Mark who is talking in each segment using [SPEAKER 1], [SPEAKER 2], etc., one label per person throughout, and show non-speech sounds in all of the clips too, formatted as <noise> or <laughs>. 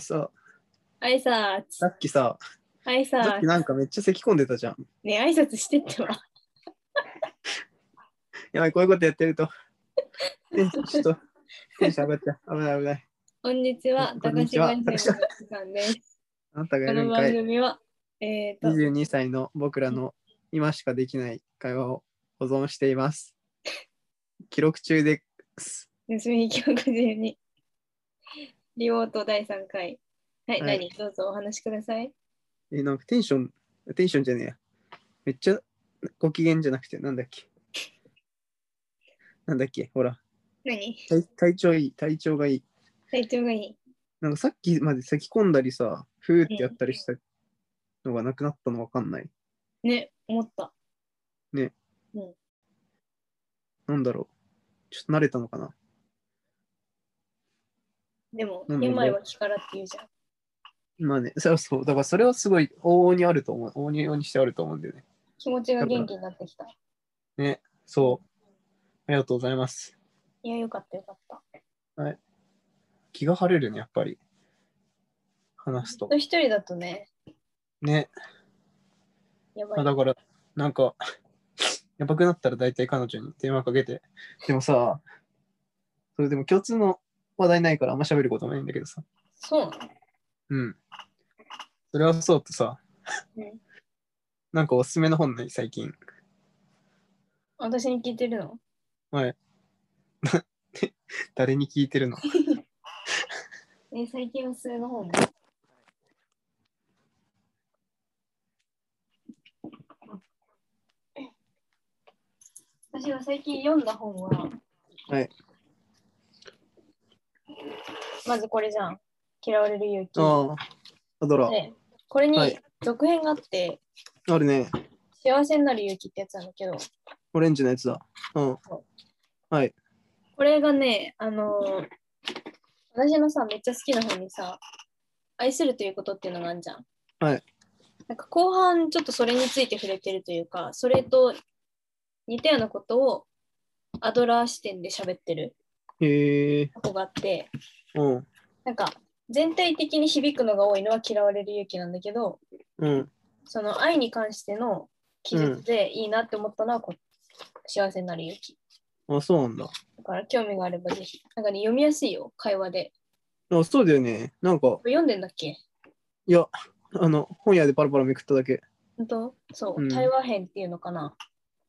[SPEAKER 1] さ、
[SPEAKER 2] 挨拶
[SPEAKER 1] さっきさ、
[SPEAKER 2] 挨
[SPEAKER 1] さっき
[SPEAKER 2] 拶
[SPEAKER 1] なんかめっちゃ咳込んでたじゃん。
[SPEAKER 2] ね挨拶してってば
[SPEAKER 1] やばい、こういうことやってる
[SPEAKER 2] <laughs>
[SPEAKER 1] と。テンションちょっと、テンション上がっちゃう。危ない危ない。
[SPEAKER 2] こんにちは
[SPEAKER 1] こ
[SPEAKER 2] 高
[SPEAKER 1] んにち
[SPEAKER 2] 島
[SPEAKER 1] は
[SPEAKER 2] 先生の時間です
[SPEAKER 1] あなたがや
[SPEAKER 2] こ
[SPEAKER 1] る
[SPEAKER 2] の
[SPEAKER 1] んか
[SPEAKER 2] 番
[SPEAKER 1] い。
[SPEAKER 2] 組はえー、と
[SPEAKER 1] 22歳の僕らの今しかできない会話を保存しています。記録中です。
[SPEAKER 2] 盗み記憶順にリモート第3回はい、
[SPEAKER 1] はい
[SPEAKER 2] 何どうぞお話しください
[SPEAKER 1] え、なんかテンション、テンションじゃねえや。めっちゃご機嫌じゃなくて、なんだっけ。なんだっけ、ほら、
[SPEAKER 2] 何
[SPEAKER 1] 体体調いい、体調がいい。
[SPEAKER 2] 体調がいい
[SPEAKER 1] なんかさっきまで咳込んだりさ、ふーってやったりしたのがなくなったのわかんない。
[SPEAKER 2] ね思った
[SPEAKER 1] なんだろう。ちょっと慣れたのかな。
[SPEAKER 2] でも
[SPEAKER 1] うん
[SPEAKER 2] 病は気からって言うじゃん
[SPEAKER 1] まあね、 <laughs> そうそう。だからそれはすごい往々にあると思う。往々にしてあると思うんだよね。
[SPEAKER 2] 気持ちが元気になってきた
[SPEAKER 1] そう。ありがとうございます。
[SPEAKER 2] いやよかったよかった
[SPEAKER 1] 気が晴れるね、やっぱり。話すと。
[SPEAKER 2] 一人だとね
[SPEAKER 1] ね。
[SPEAKER 2] やば
[SPEAKER 1] まあ、
[SPEAKER 2] い
[SPEAKER 1] だから、なんか、 <laughs> やばくなったら大体彼女に電話かけて。でもさ、それでも共通の話題ないからあんま喋ることないんだけどさ。
[SPEAKER 2] そうなの
[SPEAKER 1] うん。それはそうとさ、
[SPEAKER 2] うん
[SPEAKER 1] なんかおすすめの本ない最近。
[SPEAKER 2] 私に聞いてるの
[SPEAKER 1] 誰に聞いてるの
[SPEAKER 2] え最近は数の方も私は最近読んだ本は、
[SPEAKER 1] はい、
[SPEAKER 2] まずこれじゃん「嫌われる勇気」
[SPEAKER 1] ああ、アドラー。
[SPEAKER 2] でこれ
[SPEAKER 1] は
[SPEAKER 2] に
[SPEAKER 1] い
[SPEAKER 2] 続編があって、
[SPEAKER 1] あるね。
[SPEAKER 2] 幸せになる勇気」ってやつなんだけど
[SPEAKER 1] オレンジのやつだ。うん。はい。
[SPEAKER 2] これがねあのー私のさめっちゃ好きな本にさ「愛するということ」っていうのがあるじゃん。
[SPEAKER 1] はい。
[SPEAKER 2] なんか後半ちょっとそれについて触れてるというかそれと似たようなことをアドラー視点で喋ってる
[SPEAKER 1] へえ。
[SPEAKER 2] とこがあって
[SPEAKER 1] うん。
[SPEAKER 2] なんか全体的に響くのが多いのは嫌われる勇気なんだけど
[SPEAKER 1] うん。
[SPEAKER 2] その愛に関しての記述でいいなって思ったのはこ、幸せになる勇気。
[SPEAKER 1] あ、そうなんだ。
[SPEAKER 2] だから興味があればぜひ。なんかね読みやすいよ会話で。
[SPEAKER 1] あ、そうだよね。なんか、
[SPEAKER 2] 読んでんだっけ
[SPEAKER 1] いや、あの、本屋でパラパラめくっただけ。
[SPEAKER 2] 本当そう、
[SPEAKER 1] うん
[SPEAKER 2] 対話編っていうのかな。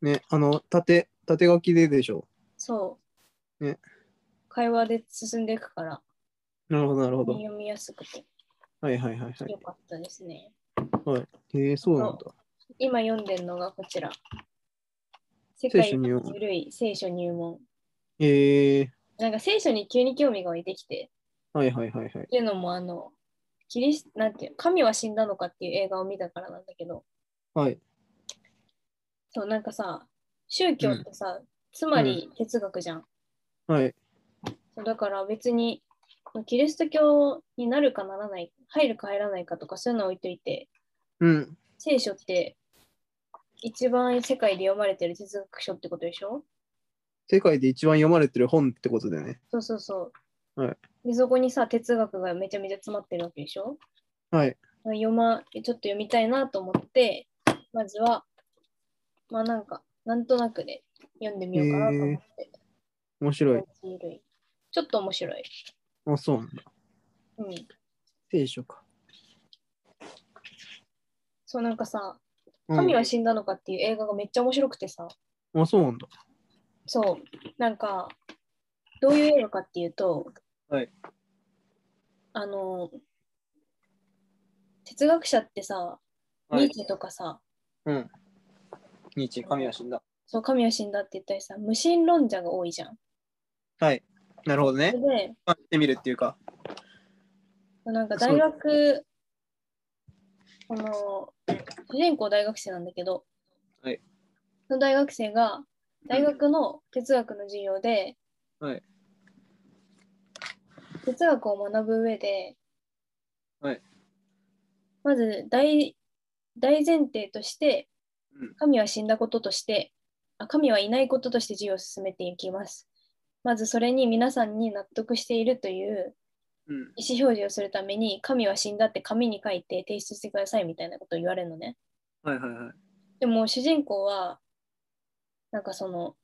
[SPEAKER 1] ね、あの、縦、縦書きででしょ。
[SPEAKER 2] そう。
[SPEAKER 1] ね
[SPEAKER 2] 会話で進んでいくから、
[SPEAKER 1] なるほど、なるほど。
[SPEAKER 2] 読みやすくて
[SPEAKER 1] はいはいはいは
[SPEAKER 2] よかったですね。
[SPEAKER 1] い。へえ、そうなんだ。
[SPEAKER 2] 今読んでるのがこちら。世
[SPEAKER 1] 書
[SPEAKER 2] 界
[SPEAKER 1] 入門
[SPEAKER 2] 一古い聖書入門。
[SPEAKER 1] へえ、
[SPEAKER 2] なんか聖書に急に興味が湧いてきて、
[SPEAKER 1] はいはいはいはい
[SPEAKER 2] っ。ていうのもあの、キリスなんていう神は死んだのかっていう映画を見たからなんだけど、
[SPEAKER 1] はい。
[SPEAKER 2] そうなんかさ、宗教ってさ、つまり哲学じゃん。
[SPEAKER 1] はい。
[SPEAKER 2] そうだから別にまあキリスト教になるかならない入るか入らないかとかそういうのは置いといて
[SPEAKER 1] うん。
[SPEAKER 2] 聖書って一番世界で読まれてる哲学書ってことでしょ
[SPEAKER 1] 世界で一番読まれてる本ってことでね。
[SPEAKER 2] そうそうそう。
[SPEAKER 1] はい
[SPEAKER 2] でそこにさ哲学がめちゃめちゃ詰まってるわけでしょ
[SPEAKER 1] はい。
[SPEAKER 2] まあ読まちょっと読みたいなと思ってまずはまあなんかなんとなくで読んでみようかなと思って、
[SPEAKER 1] 面白い。
[SPEAKER 2] 類ちょっと面白い。
[SPEAKER 1] あ、そうなんだ。
[SPEAKER 2] うん
[SPEAKER 1] 聖書か。
[SPEAKER 2] そうなんかさ「
[SPEAKER 1] う
[SPEAKER 2] 神
[SPEAKER 1] ん。
[SPEAKER 2] は死んだのか」っていう映画がめっちゃ面白くてさ、
[SPEAKER 1] あ、そうなんだ。
[SPEAKER 2] そう、なんか、どういう映画かっていうと、
[SPEAKER 1] はい
[SPEAKER 2] あの、哲学者ってさ、
[SPEAKER 1] は
[SPEAKER 2] ニ
[SPEAKER 1] い
[SPEAKER 2] ー。チェとかさ、
[SPEAKER 1] うん。ニーチェ、神は死んだ。
[SPEAKER 2] そう、神は死んだって言ったりさ、無神論者が多いじゃん。
[SPEAKER 1] はい。なるほどね
[SPEAKER 2] そ。れで、
[SPEAKER 1] まあ、ってみるっていうか。
[SPEAKER 2] なんか
[SPEAKER 1] そう
[SPEAKER 2] 大学、この、主人公大学生なんだけど、
[SPEAKER 1] はい
[SPEAKER 2] その大学生が、大学の哲学の授業で、
[SPEAKER 1] はい
[SPEAKER 2] 哲学を学ぶ上で、
[SPEAKER 1] はい
[SPEAKER 2] まず大大前提として
[SPEAKER 1] うん、
[SPEAKER 2] 神は死んだこととしてあ神はいないこととして授業を進めていきますまずそれに皆さんに納得しているという
[SPEAKER 1] うん。
[SPEAKER 2] 意思表示をするために神は死んだって紙に書いて提出してくださいみたいなことを言われるのね。
[SPEAKER 1] はいはいはい。
[SPEAKER 2] でも主人公はなんかその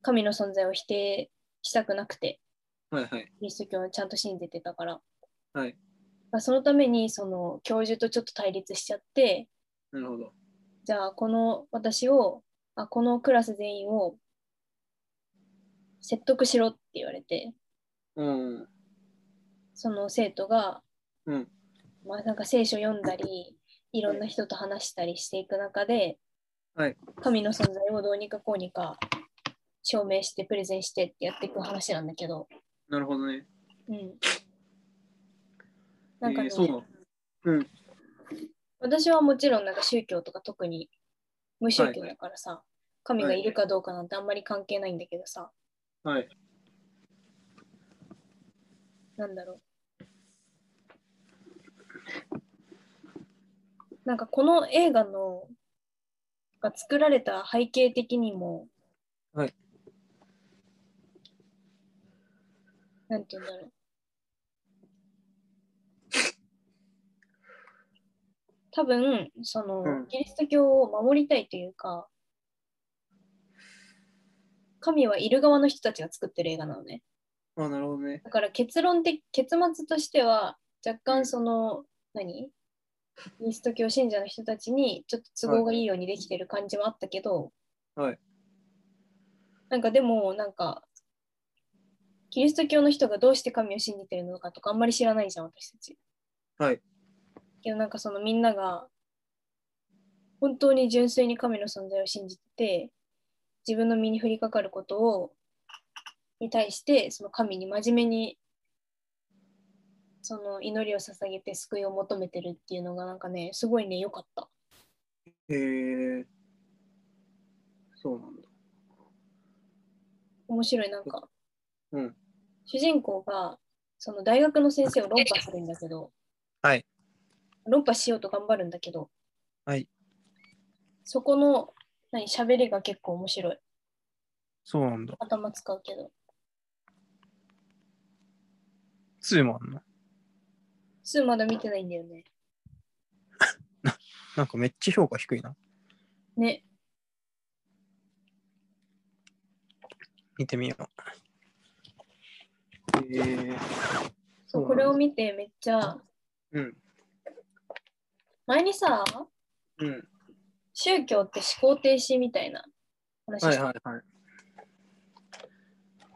[SPEAKER 2] 神の存在を否定したくなくて
[SPEAKER 1] はいはい。
[SPEAKER 2] キリスト教をちゃんと信じてたから、
[SPEAKER 1] はい。
[SPEAKER 2] まあ、そのためにその教授とちょっと対立しちゃって
[SPEAKER 1] なるほど。
[SPEAKER 2] じゃあこの私をあこのクラス全員を説得しろって言われて
[SPEAKER 1] うん。
[SPEAKER 2] その生徒が、
[SPEAKER 1] うん
[SPEAKER 2] まあ、なんか聖書読んだりいろんな人と話したりしていく中で、
[SPEAKER 1] はい
[SPEAKER 2] 神の存在をどうにかこうにか証明してプレゼンしてってやっていく話なんだけど、
[SPEAKER 1] なるほどね。
[SPEAKER 2] うん、なんかね、
[SPEAKER 1] えーそうなの。うん。
[SPEAKER 2] 私はもちろんなんか宗教とか特に無宗教だからさ、神がいるかどうかなんてあんまり関係ないんだけどさ、
[SPEAKER 1] はい。
[SPEAKER 2] なんだろう。なんかこの映画のが作られた背景的にも、
[SPEAKER 1] はい。
[SPEAKER 2] なんて言うんだろう。多分、その、
[SPEAKER 1] うん
[SPEAKER 2] キリスト教を守りたいというか、神はいる側の人たちが作ってる映画なのね。
[SPEAKER 1] あ、なるほどね。
[SPEAKER 2] だから結論的結末としては若干その、何キリスト教信者の人たちにちょっと都合がいいようにできてる感じはあったけど、
[SPEAKER 1] はい
[SPEAKER 2] なんかでもなんかキリスト教の人がどうして神を信じてるのかとかあんまり知らないじゃん私たち。
[SPEAKER 1] はい。
[SPEAKER 2] けどなんかそのみんなが本当に純粋に神の存在を信じて自分の身に降りかかることをに対してその神に真面目にその祈りを捧げて救いを求めてるっていうのがなんかねすごいね良かった。
[SPEAKER 1] へえ。そうなんだ。
[SPEAKER 2] 面白いなんか、
[SPEAKER 1] うん
[SPEAKER 2] 主人公がその大学の先生を論破するんだけど、
[SPEAKER 1] はい、
[SPEAKER 2] 論破しようと頑張るんだけど、
[SPEAKER 1] はい、
[SPEAKER 2] そこの何喋りが結構面白い
[SPEAKER 1] そうなんだ。
[SPEAKER 2] 頭使うけど
[SPEAKER 1] 2もあんの
[SPEAKER 2] 2まだ見てないんだよね
[SPEAKER 1] なんかめっちゃ評価低いな。
[SPEAKER 2] ね
[SPEAKER 1] 見てみよう。へえ。
[SPEAKER 2] そ
[SPEAKER 1] そ
[SPEAKER 2] う
[SPEAKER 1] う
[SPEAKER 2] こ
[SPEAKER 1] なんだ
[SPEAKER 2] れを見てめっちゃ
[SPEAKER 1] うん。
[SPEAKER 2] 前にさ
[SPEAKER 1] うん。
[SPEAKER 2] 宗教って思考停止みたいな話した
[SPEAKER 1] はいはいはい。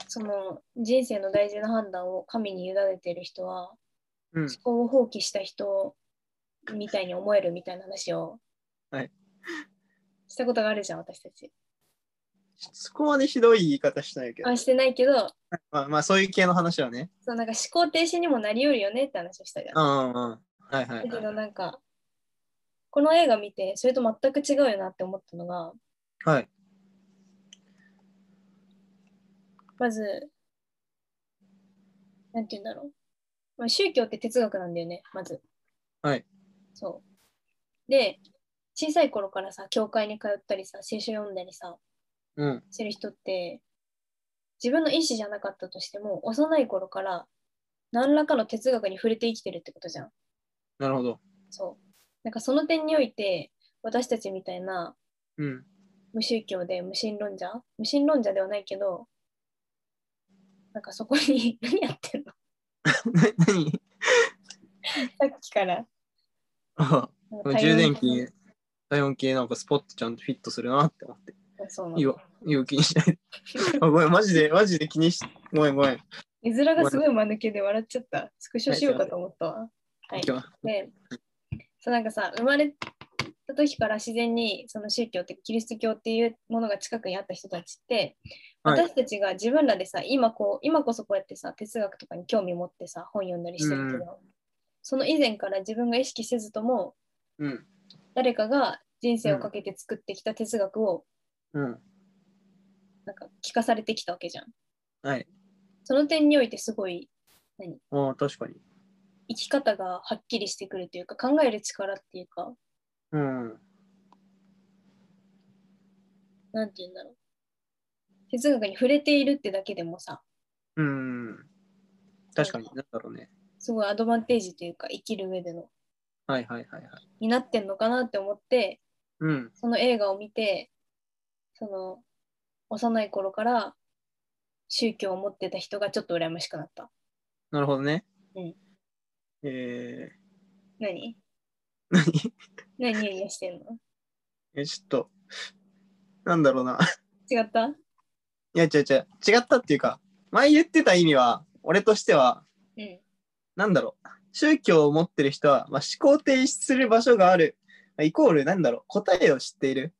[SPEAKER 2] その人生の大事な判断を神に委ねてる人は
[SPEAKER 1] うん
[SPEAKER 2] 思。考を放棄した人みたいに思えるみたいな話を、
[SPEAKER 1] はい
[SPEAKER 2] したことがあるじゃん私たち。
[SPEAKER 1] そこまでひどい言い方しないけど。
[SPEAKER 2] あしてないけど
[SPEAKER 1] まあまあそういう系の話はね。
[SPEAKER 2] そうなんか思考停止にもなりうるよねって話をしたじゃん。
[SPEAKER 1] うんうんうん。はいは
[SPEAKER 2] だ
[SPEAKER 1] い、
[SPEAKER 2] けど
[SPEAKER 1] はい。
[SPEAKER 2] なんかこの映画見てそれと全く違うよなって思ったのが
[SPEAKER 1] はい。
[SPEAKER 2] まずなんて言うんだろう、まあ、宗教って哲学なんだよねまず。
[SPEAKER 1] はい。
[SPEAKER 2] そうで小さい頃からさ教会に通ったりさ聖書読んだりさ、
[SPEAKER 1] うん。
[SPEAKER 2] してる人って自分の意思じゃなかったとしても幼い頃から何らかの哲学に触れて生きてるってことじゃん。
[SPEAKER 1] なるほど。
[SPEAKER 2] そうなんかその点において私たちみたいな
[SPEAKER 1] うん。 <laughs>
[SPEAKER 2] 無宗教で無神論者無神論者ではないけどなんかそこに <laughs> 何やってんの
[SPEAKER 1] 何 <laughs>
[SPEAKER 2] さっきから。
[SPEAKER 1] あ
[SPEAKER 2] なんか
[SPEAKER 1] 充電器、体温計なんかスポットちゃんとフィットするなって思って。
[SPEAKER 2] そうない
[SPEAKER 1] い
[SPEAKER 2] の
[SPEAKER 1] よ。いいよ、気にしない
[SPEAKER 2] <laughs>
[SPEAKER 1] で。あごめん、マジで、マジで気にし、ごめん、ごめん。
[SPEAKER 2] 絵面がすごい間抜けで笑っちゃった。スクショしようかと思ったわ。は
[SPEAKER 1] 今
[SPEAKER 2] い
[SPEAKER 1] 日は
[SPEAKER 2] で、そうなんかさ、生まれた時から自然にその宗教ってキリスト教っていうものが近くにあった人たちって、
[SPEAKER 1] はい
[SPEAKER 2] 私たちが自分らでさ、今こう、今こそこうやってさ、哲学とかに興味持ってさ、本読んだりしてるけど、その以前から自分が意識せずとも、
[SPEAKER 1] うん。
[SPEAKER 2] 誰かが人生をかけて作ってきた哲学を
[SPEAKER 1] うん。
[SPEAKER 2] なんか聞かされてきたわけじゃん。
[SPEAKER 1] はい。
[SPEAKER 2] その点においてすごい
[SPEAKER 1] ああ、確かに。
[SPEAKER 2] 生き方がはっきりしてくるというか、考える力っていうか、
[SPEAKER 1] うん。
[SPEAKER 2] なんて言うんだろう。哲学に触れているってだけでもさ、
[SPEAKER 1] うん。確かに、なんだろうね。
[SPEAKER 2] すごいアドバンテージというか生きる上での
[SPEAKER 1] はいはいはいはい。
[SPEAKER 2] になってんのかなって思って
[SPEAKER 1] うん。
[SPEAKER 2] その映画を見てその幼い頃から宗教を持ってた人がちょっと羨ましくなった
[SPEAKER 1] なるほどね。
[SPEAKER 2] うん
[SPEAKER 1] えー、
[SPEAKER 2] 何
[SPEAKER 1] 何
[SPEAKER 2] 何ニヤニヤしてんの
[SPEAKER 1] え、ちょっと、なんだろうな。 <laughs>
[SPEAKER 2] 違った
[SPEAKER 1] いや、違う違う。違ったっていうか、前言ってた意味は、俺としては、
[SPEAKER 2] うん
[SPEAKER 1] なんだろう。宗教を持ってる人は、まあ、思考停止する場所がある。まあイコール、なんだろう。答えを知っている。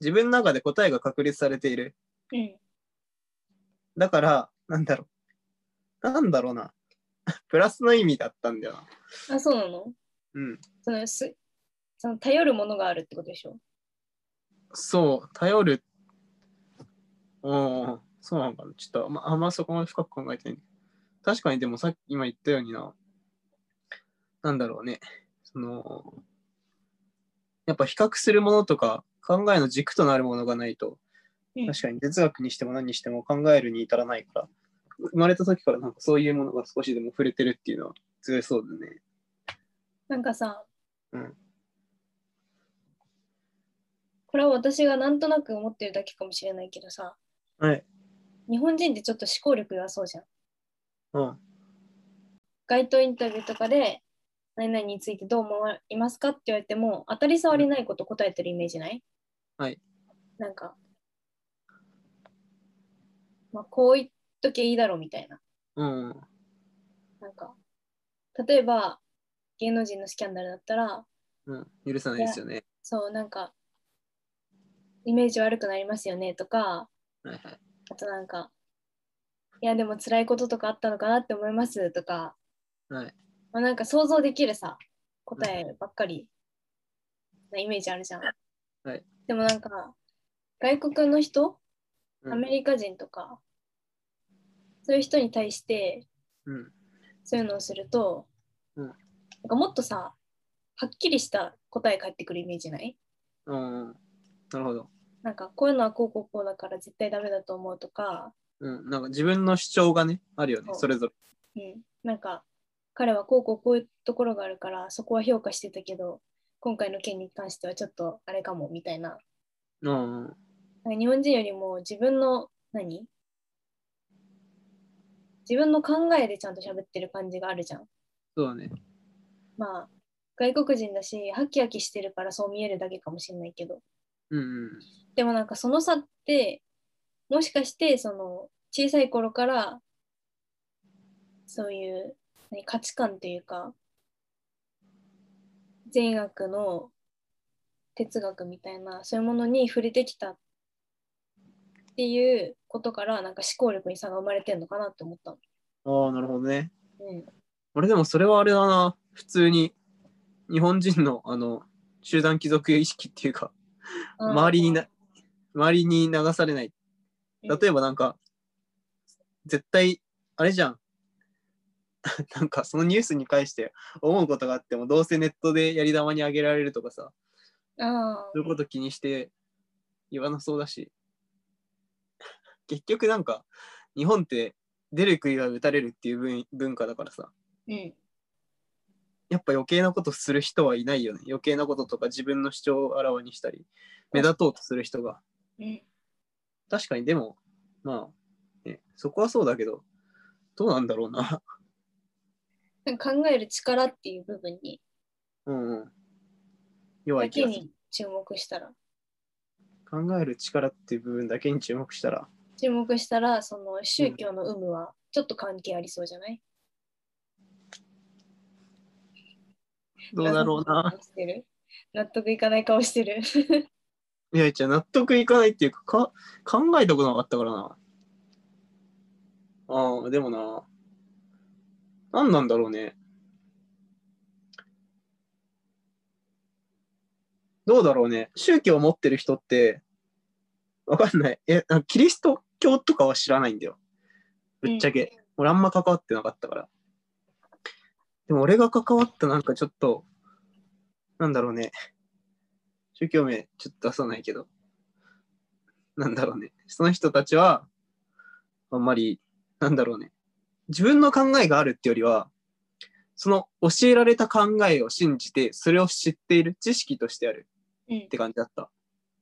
[SPEAKER 1] 自分の中で答えが確立されている。
[SPEAKER 2] うん
[SPEAKER 1] だから、なんだろう。なんだろうな。 <laughs> プラスの意味だったんだよな。
[SPEAKER 2] あそうなの
[SPEAKER 1] うん。
[SPEAKER 2] そのすその頼るものがあるってことでしょ
[SPEAKER 1] そう、頼る。うん、そうなのかな。ちょっとあんま、あんまそこまで深く考えてない。確かに、でもさっき今言ったようにな、なんだろうね。その、やっぱ比較するものとか、考えの軸となるものがないと、
[SPEAKER 2] うん
[SPEAKER 1] 確かに哲学にしても何にしても考えるに至らないから、生まれた時からなんかそういうものが少しでも触れてるっていうのは強いそうだね。
[SPEAKER 2] なんかさ、
[SPEAKER 1] うん
[SPEAKER 2] これは私がなんとなく思ってるだけかもしれないけどさ
[SPEAKER 1] はい。
[SPEAKER 2] 日本人ってちょっと思考力がそうじゃん
[SPEAKER 1] うん。
[SPEAKER 2] 街頭インタビューとかで何々についてどう思いますかって言われても当たり障りないこと答えてるイメージない
[SPEAKER 1] はい。
[SPEAKER 2] なんか、まあ、こう言っときゃいいだろうみたいな
[SPEAKER 1] うん。
[SPEAKER 2] なんか例えば芸能人のスキャンダルだったら
[SPEAKER 1] うん。許さないですよね。
[SPEAKER 2] そうなんかイメージ悪くなりますよねとか
[SPEAKER 1] はいはい。
[SPEAKER 2] あとなんかいやでも辛いこととかあったのかなって思いますとか、
[SPEAKER 1] はい
[SPEAKER 2] まあ、なんか想像できるさ答えばっかりなイメージあるじゃん、
[SPEAKER 1] はい
[SPEAKER 2] でもなんか外国の人
[SPEAKER 1] うん
[SPEAKER 2] アメリカ人とか、そういう人に対して
[SPEAKER 1] うん。
[SPEAKER 2] そういうのをすると、
[SPEAKER 1] うん
[SPEAKER 2] なんかもっとさはっきりした答え返ってくるイメージない
[SPEAKER 1] うんうん。なるほど。
[SPEAKER 2] なんかこういうのはこうこうこうだから絶対ダメだと思うとか、
[SPEAKER 1] うん。なんか自分の主張がね、あるよね
[SPEAKER 2] そ、う
[SPEAKER 1] それぞれ。
[SPEAKER 2] うん、なんか彼はこうこうこういうところがあるからそこは評価してたけど今回の件に関してはちょっとあれかもみたいな
[SPEAKER 1] うんうん。
[SPEAKER 2] なんか日本人よりも自分の何自分の考えでちゃんと喋ってる感じがあるじゃん。
[SPEAKER 1] そうだね。
[SPEAKER 2] まあ外国人だしハキハキしてるからそう見えるだけかもしれないけど
[SPEAKER 1] うんうん。
[SPEAKER 2] でもなんかその差ってもしかしてその小さい頃からそういう、ね、価値観というか善悪の哲学みたいなそういうものに触れてきたっていうことからなんか思考力に差が生まれてんのかなって思ったの。
[SPEAKER 1] ああ、なるほどね。
[SPEAKER 2] うん、
[SPEAKER 1] 俺でもそれはあれだな。普通に日本人のあの集団貴族意識っていうか、周りにな周りに流されない。
[SPEAKER 2] うん
[SPEAKER 1] 例えばなんか、絶対、あれじゃん。 <laughs> なんかそのニュースに関して思うことがあっても、どうせネットでやり玉にあげられるとかさ、
[SPEAKER 2] あ
[SPEAKER 1] そういうこと気にして言わなそうだし。結局なんか、日本って出る杭は打たれるっていう文文化だからさ、
[SPEAKER 2] ーうん
[SPEAKER 1] やっぱ余計なことする人はいないよね。余計なこととか自分の主張をあらわにしたり、目立とうとする人が。
[SPEAKER 2] うん
[SPEAKER 1] 確かにでも、まあ、ね、そこはそうだけど、どうなんだろうな。 <laughs>
[SPEAKER 2] なんか考える力っていう部分に
[SPEAKER 1] うんうん。弱
[SPEAKER 2] だ
[SPEAKER 1] い気
[SPEAKER 2] け
[SPEAKER 1] がする。
[SPEAKER 2] に注目したら
[SPEAKER 1] 考える力っていう部分だけに注目したら、
[SPEAKER 2] 注目したらその宗教の有無はちょっと関係ありそうじゃない、
[SPEAKER 1] どうだろうな。
[SPEAKER 2] 納得いかない顔してる納得いかない顔してる
[SPEAKER 1] いや、じゃあ納得いかないっていうか、か考えたことなかったからな。ああ、でもな。何なんだろうね。どうだろうね。宗教を持ってる人って、わかんない。え、あキリスト教とかは知らないんだよ。 <laughs> ぶっちゃけ。俺あんま関わってなかったから。でも俺が関わったなんかちょっと、なんだろうね。宗教名ちょっと出さないけど、なんだろうね。その人たちは、あんまり、なんだろうね。自分の考えがあるってよりは、その教えられた考えを信じて、それを知っている知識としてある
[SPEAKER 2] うん
[SPEAKER 1] って感じだった。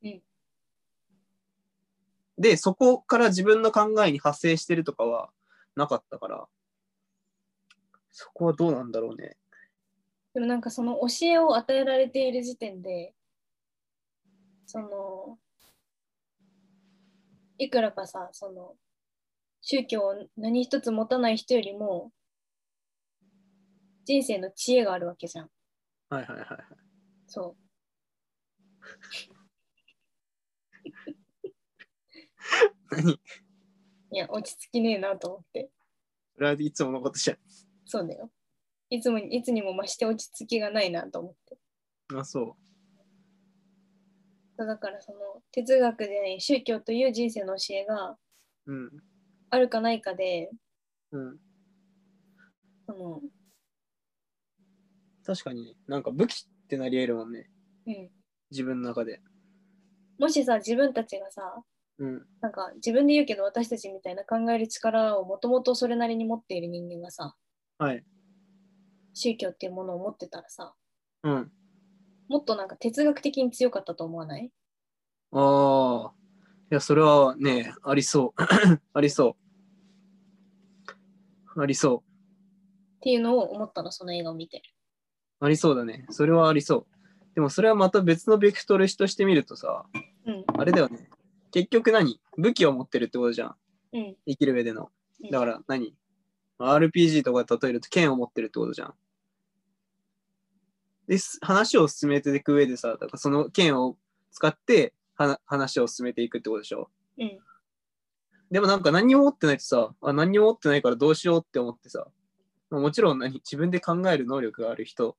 [SPEAKER 2] うん
[SPEAKER 1] で、そこから自分の考えに派生してるとかはなかったから、そこはどうなんだろうね。
[SPEAKER 2] でもなんかその教えを与えられている時点でそのいくらかさその宗教を何一つ持たない人よりも人生の知恵があるわけじゃん。
[SPEAKER 1] はいはいはいはい。
[SPEAKER 2] そう。
[SPEAKER 1] 何
[SPEAKER 2] いや落ち着きねえなと思って。
[SPEAKER 1] それはいつものことじゃ
[SPEAKER 2] そうだよ。いつもいつにも増して落ち着きがないなと思って。
[SPEAKER 1] ん。あ、そ
[SPEAKER 2] そうだからその哲学でね宗教という人生の教えが
[SPEAKER 1] う。うん。
[SPEAKER 2] あるかないかで
[SPEAKER 1] うん。
[SPEAKER 2] その
[SPEAKER 1] 確かにね、なんか武器ってなり得るもんね。
[SPEAKER 2] うん、
[SPEAKER 1] 自分の中で。
[SPEAKER 2] もしさ自分たちがさ
[SPEAKER 1] うん。
[SPEAKER 2] なんか自分で言うけど私たちみたいな考える力をもともとそれなりに持っている人間がさ
[SPEAKER 1] はい。
[SPEAKER 2] 宗教っていうものを持ってたらさ
[SPEAKER 1] うん。
[SPEAKER 2] もっとなんか哲学的に強かったと思わない
[SPEAKER 1] ああ。いや、それはね、ありそう。 <coughs> ありそう。ありそ
[SPEAKER 2] っていうのを思ったのその映画を見て。
[SPEAKER 1] う。ありそうだね。それはありそう。でもそれはまた別のベクトルとしてみるとさ、
[SPEAKER 2] うん
[SPEAKER 1] あれだよね。結局何武器を持ってるってことじゃん。
[SPEAKER 2] うん
[SPEAKER 1] 生きる上での。
[SPEAKER 2] うん
[SPEAKER 1] だから何 ?RPG とか例えると剣を持ってるってことじゃん。です話を進めていく上でさ、だからその剣を使ってはな話を進めていくってことでしょ。
[SPEAKER 2] うん
[SPEAKER 1] でもなんか何にも持ってないとさ、あ何にも持ってないからどうしようって思ってさ、まあもちろん何自分で考える能力がある人、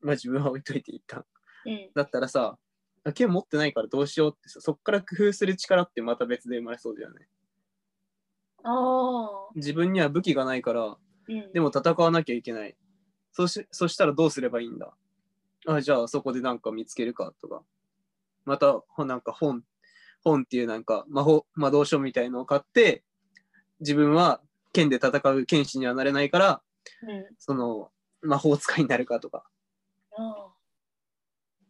[SPEAKER 1] まあ自分は置いといていった。
[SPEAKER 2] うん
[SPEAKER 1] だったらさ、あ剣持ってないからどうしようってさ、そっから工夫する力ってまた別で生まれそうだよね。
[SPEAKER 2] ああ
[SPEAKER 1] 自分には武器がないから、
[SPEAKER 2] うん
[SPEAKER 1] でも戦わなきゃいけない。そしそしたらどうすればいいんだあじゃあそこでなんか見つけるかとか。またほなんか本、本っていうなんか魔法、魔導書みたいのを買って、自分は剣で戦う剣士にはなれないから、
[SPEAKER 2] うん
[SPEAKER 1] その魔法使いになるかとか。
[SPEAKER 2] あ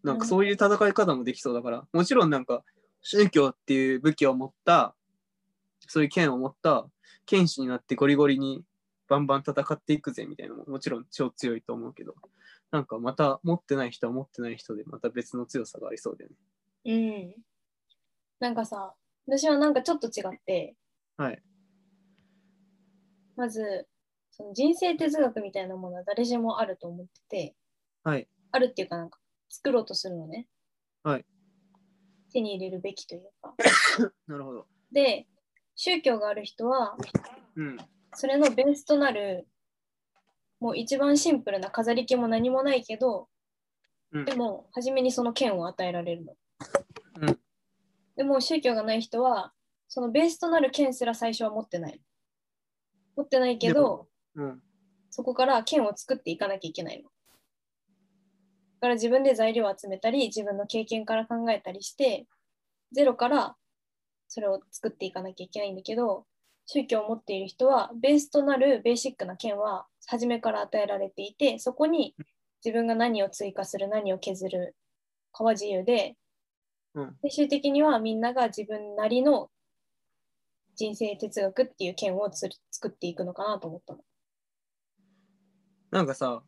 [SPEAKER 1] なんかそういう戦い方もできそうだから、もちろんなんか宗教っていう武器を持った、そういう剣を持った剣士になってゴリゴリにバンバン戦っていくぜみたいなのももちろん超強いと思うけど、なんかまた持ってない人は持ってない人でまた別の強さがありそうだよね。
[SPEAKER 2] ーうんなんかさ私はなんかちょっと違って
[SPEAKER 1] はい
[SPEAKER 2] まずその人生哲学みたいなものは誰しもあると思ってて、
[SPEAKER 1] はい。
[SPEAKER 2] あるっていうかなんか作ろうとするのね。
[SPEAKER 1] はい。
[SPEAKER 2] 手に入れるべきというか。
[SPEAKER 1] なるほど。
[SPEAKER 2] で、宗教がある人は、
[SPEAKER 1] うん。
[SPEAKER 2] それのベースとなる、もう一番シンプルな飾り気も何もないけど、
[SPEAKER 1] うん
[SPEAKER 2] でも、初めにその剣を与えられるの。
[SPEAKER 1] うん
[SPEAKER 2] でも、宗教がない人は、そのベースとなる剣すら最初は持ってない。持ってないけ
[SPEAKER 1] で
[SPEAKER 2] ど
[SPEAKER 1] も、うん。
[SPEAKER 2] そこから剣を作っていかなきゃいけないの。だから自分で材料を集めたり、自分の経験から考えたりして、ゼロからそれを作っていかなきゃいけないんだけど、宗教を持っている人は、ベースとなるベーシックな剣は初めから与えられていて、そこに自分が何を追加する、何を削るかは自由で、
[SPEAKER 1] うん
[SPEAKER 2] 最終的にはみんなが自分なりの人生哲学っていう剣をつる作っていくのかなと思ったの。
[SPEAKER 1] なんかさ、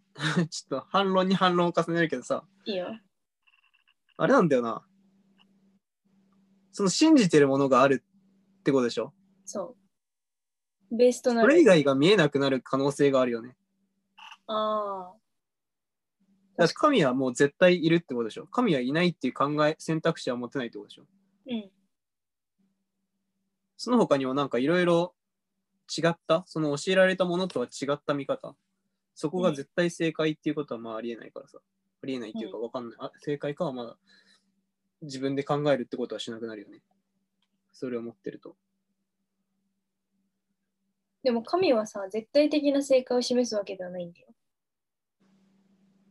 [SPEAKER 1] ちょっと反論に反論を重ねるけどさ、
[SPEAKER 2] いいよ。
[SPEAKER 1] あれなんだよな。その信じてるものがあるってことでしょ
[SPEAKER 2] そう。ベースとな
[SPEAKER 1] それ以
[SPEAKER 2] る。
[SPEAKER 1] 外が見えなくなる可能性があるよね。
[SPEAKER 2] ああ、
[SPEAKER 1] だって神はもう絶対いるってことでしょ。神はいないっていう考え、選択肢は持てないってことでしょ。
[SPEAKER 2] うん。
[SPEAKER 1] その他にもなんかいろいろ違った、その教えられたものとは違った見方。そこが絶対正解っていうことはまあありえないからさ。ありえないっていうかわかんない。あ正解かはまだ自分で考えるってことはしなくなるよね。それを持ってると。
[SPEAKER 2] でも神はさ、絶対的な正解を示すわけではないんだよ。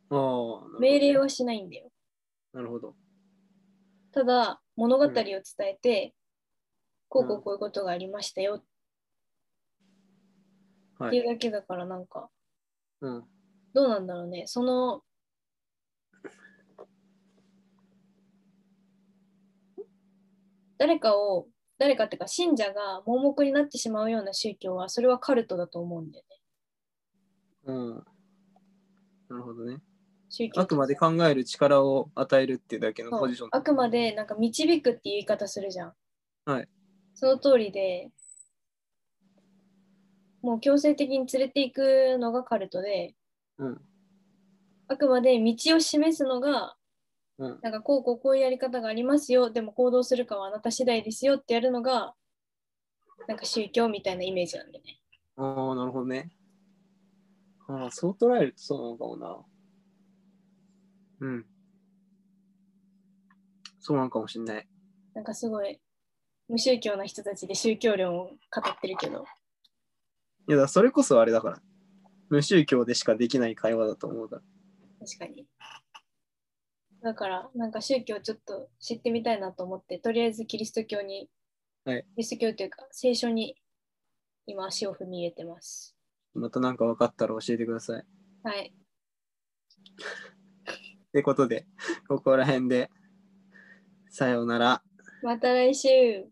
[SPEAKER 1] ああ、
[SPEAKER 2] 命令
[SPEAKER 1] を。
[SPEAKER 2] はしないんだよ。
[SPEAKER 1] なるほど。
[SPEAKER 2] ただ、物語を伝えて、こ
[SPEAKER 1] うん
[SPEAKER 2] うこうこういうことがありましたよっっていうだけだからなんか
[SPEAKER 1] うん。
[SPEAKER 2] どうなんだろうねその誰かを誰かっていうか信者が盲目になってしまうような宗教はそれはカルトだと思うんだよね
[SPEAKER 1] うん。なるほどね。
[SPEAKER 2] 宗教
[SPEAKER 1] あくまで考える力を与えるっていうだけの
[SPEAKER 2] そう
[SPEAKER 1] ポジション。
[SPEAKER 2] あくまでなんか導くっていう言い方するじゃん。
[SPEAKER 1] はい。
[SPEAKER 2] その通りで、もう強制的に連れていくのがカルトで、
[SPEAKER 1] うん。
[SPEAKER 2] あくまで道を示すのが、
[SPEAKER 1] うん。
[SPEAKER 2] なんかこうこうこういうやり方がありますよ、でも行動するかはあなた次第ですよってやるのが、なんか宗教みたいなイメージなんでね。
[SPEAKER 1] ああ、なるほどね。ああ、そう捉えるとそうなのかもな。うん。そうなのかもしんない。
[SPEAKER 2] なんかすごい無宗教な人たちで宗教論を語ってるけど。
[SPEAKER 1] いや、だからそれこそあれだから。無宗教でしかできない会話だと思うから。
[SPEAKER 2] 確かに。だから、なんか宗教ちょっと知ってみたいなと思って、とりあえずキリスト教に、
[SPEAKER 1] はい
[SPEAKER 2] キリスト教というか、聖書に今足を踏み入れてます。
[SPEAKER 1] また何か分かったら教えてください。
[SPEAKER 2] はい。
[SPEAKER 1] ってことで、ここら辺で、さようなら。
[SPEAKER 2] また来週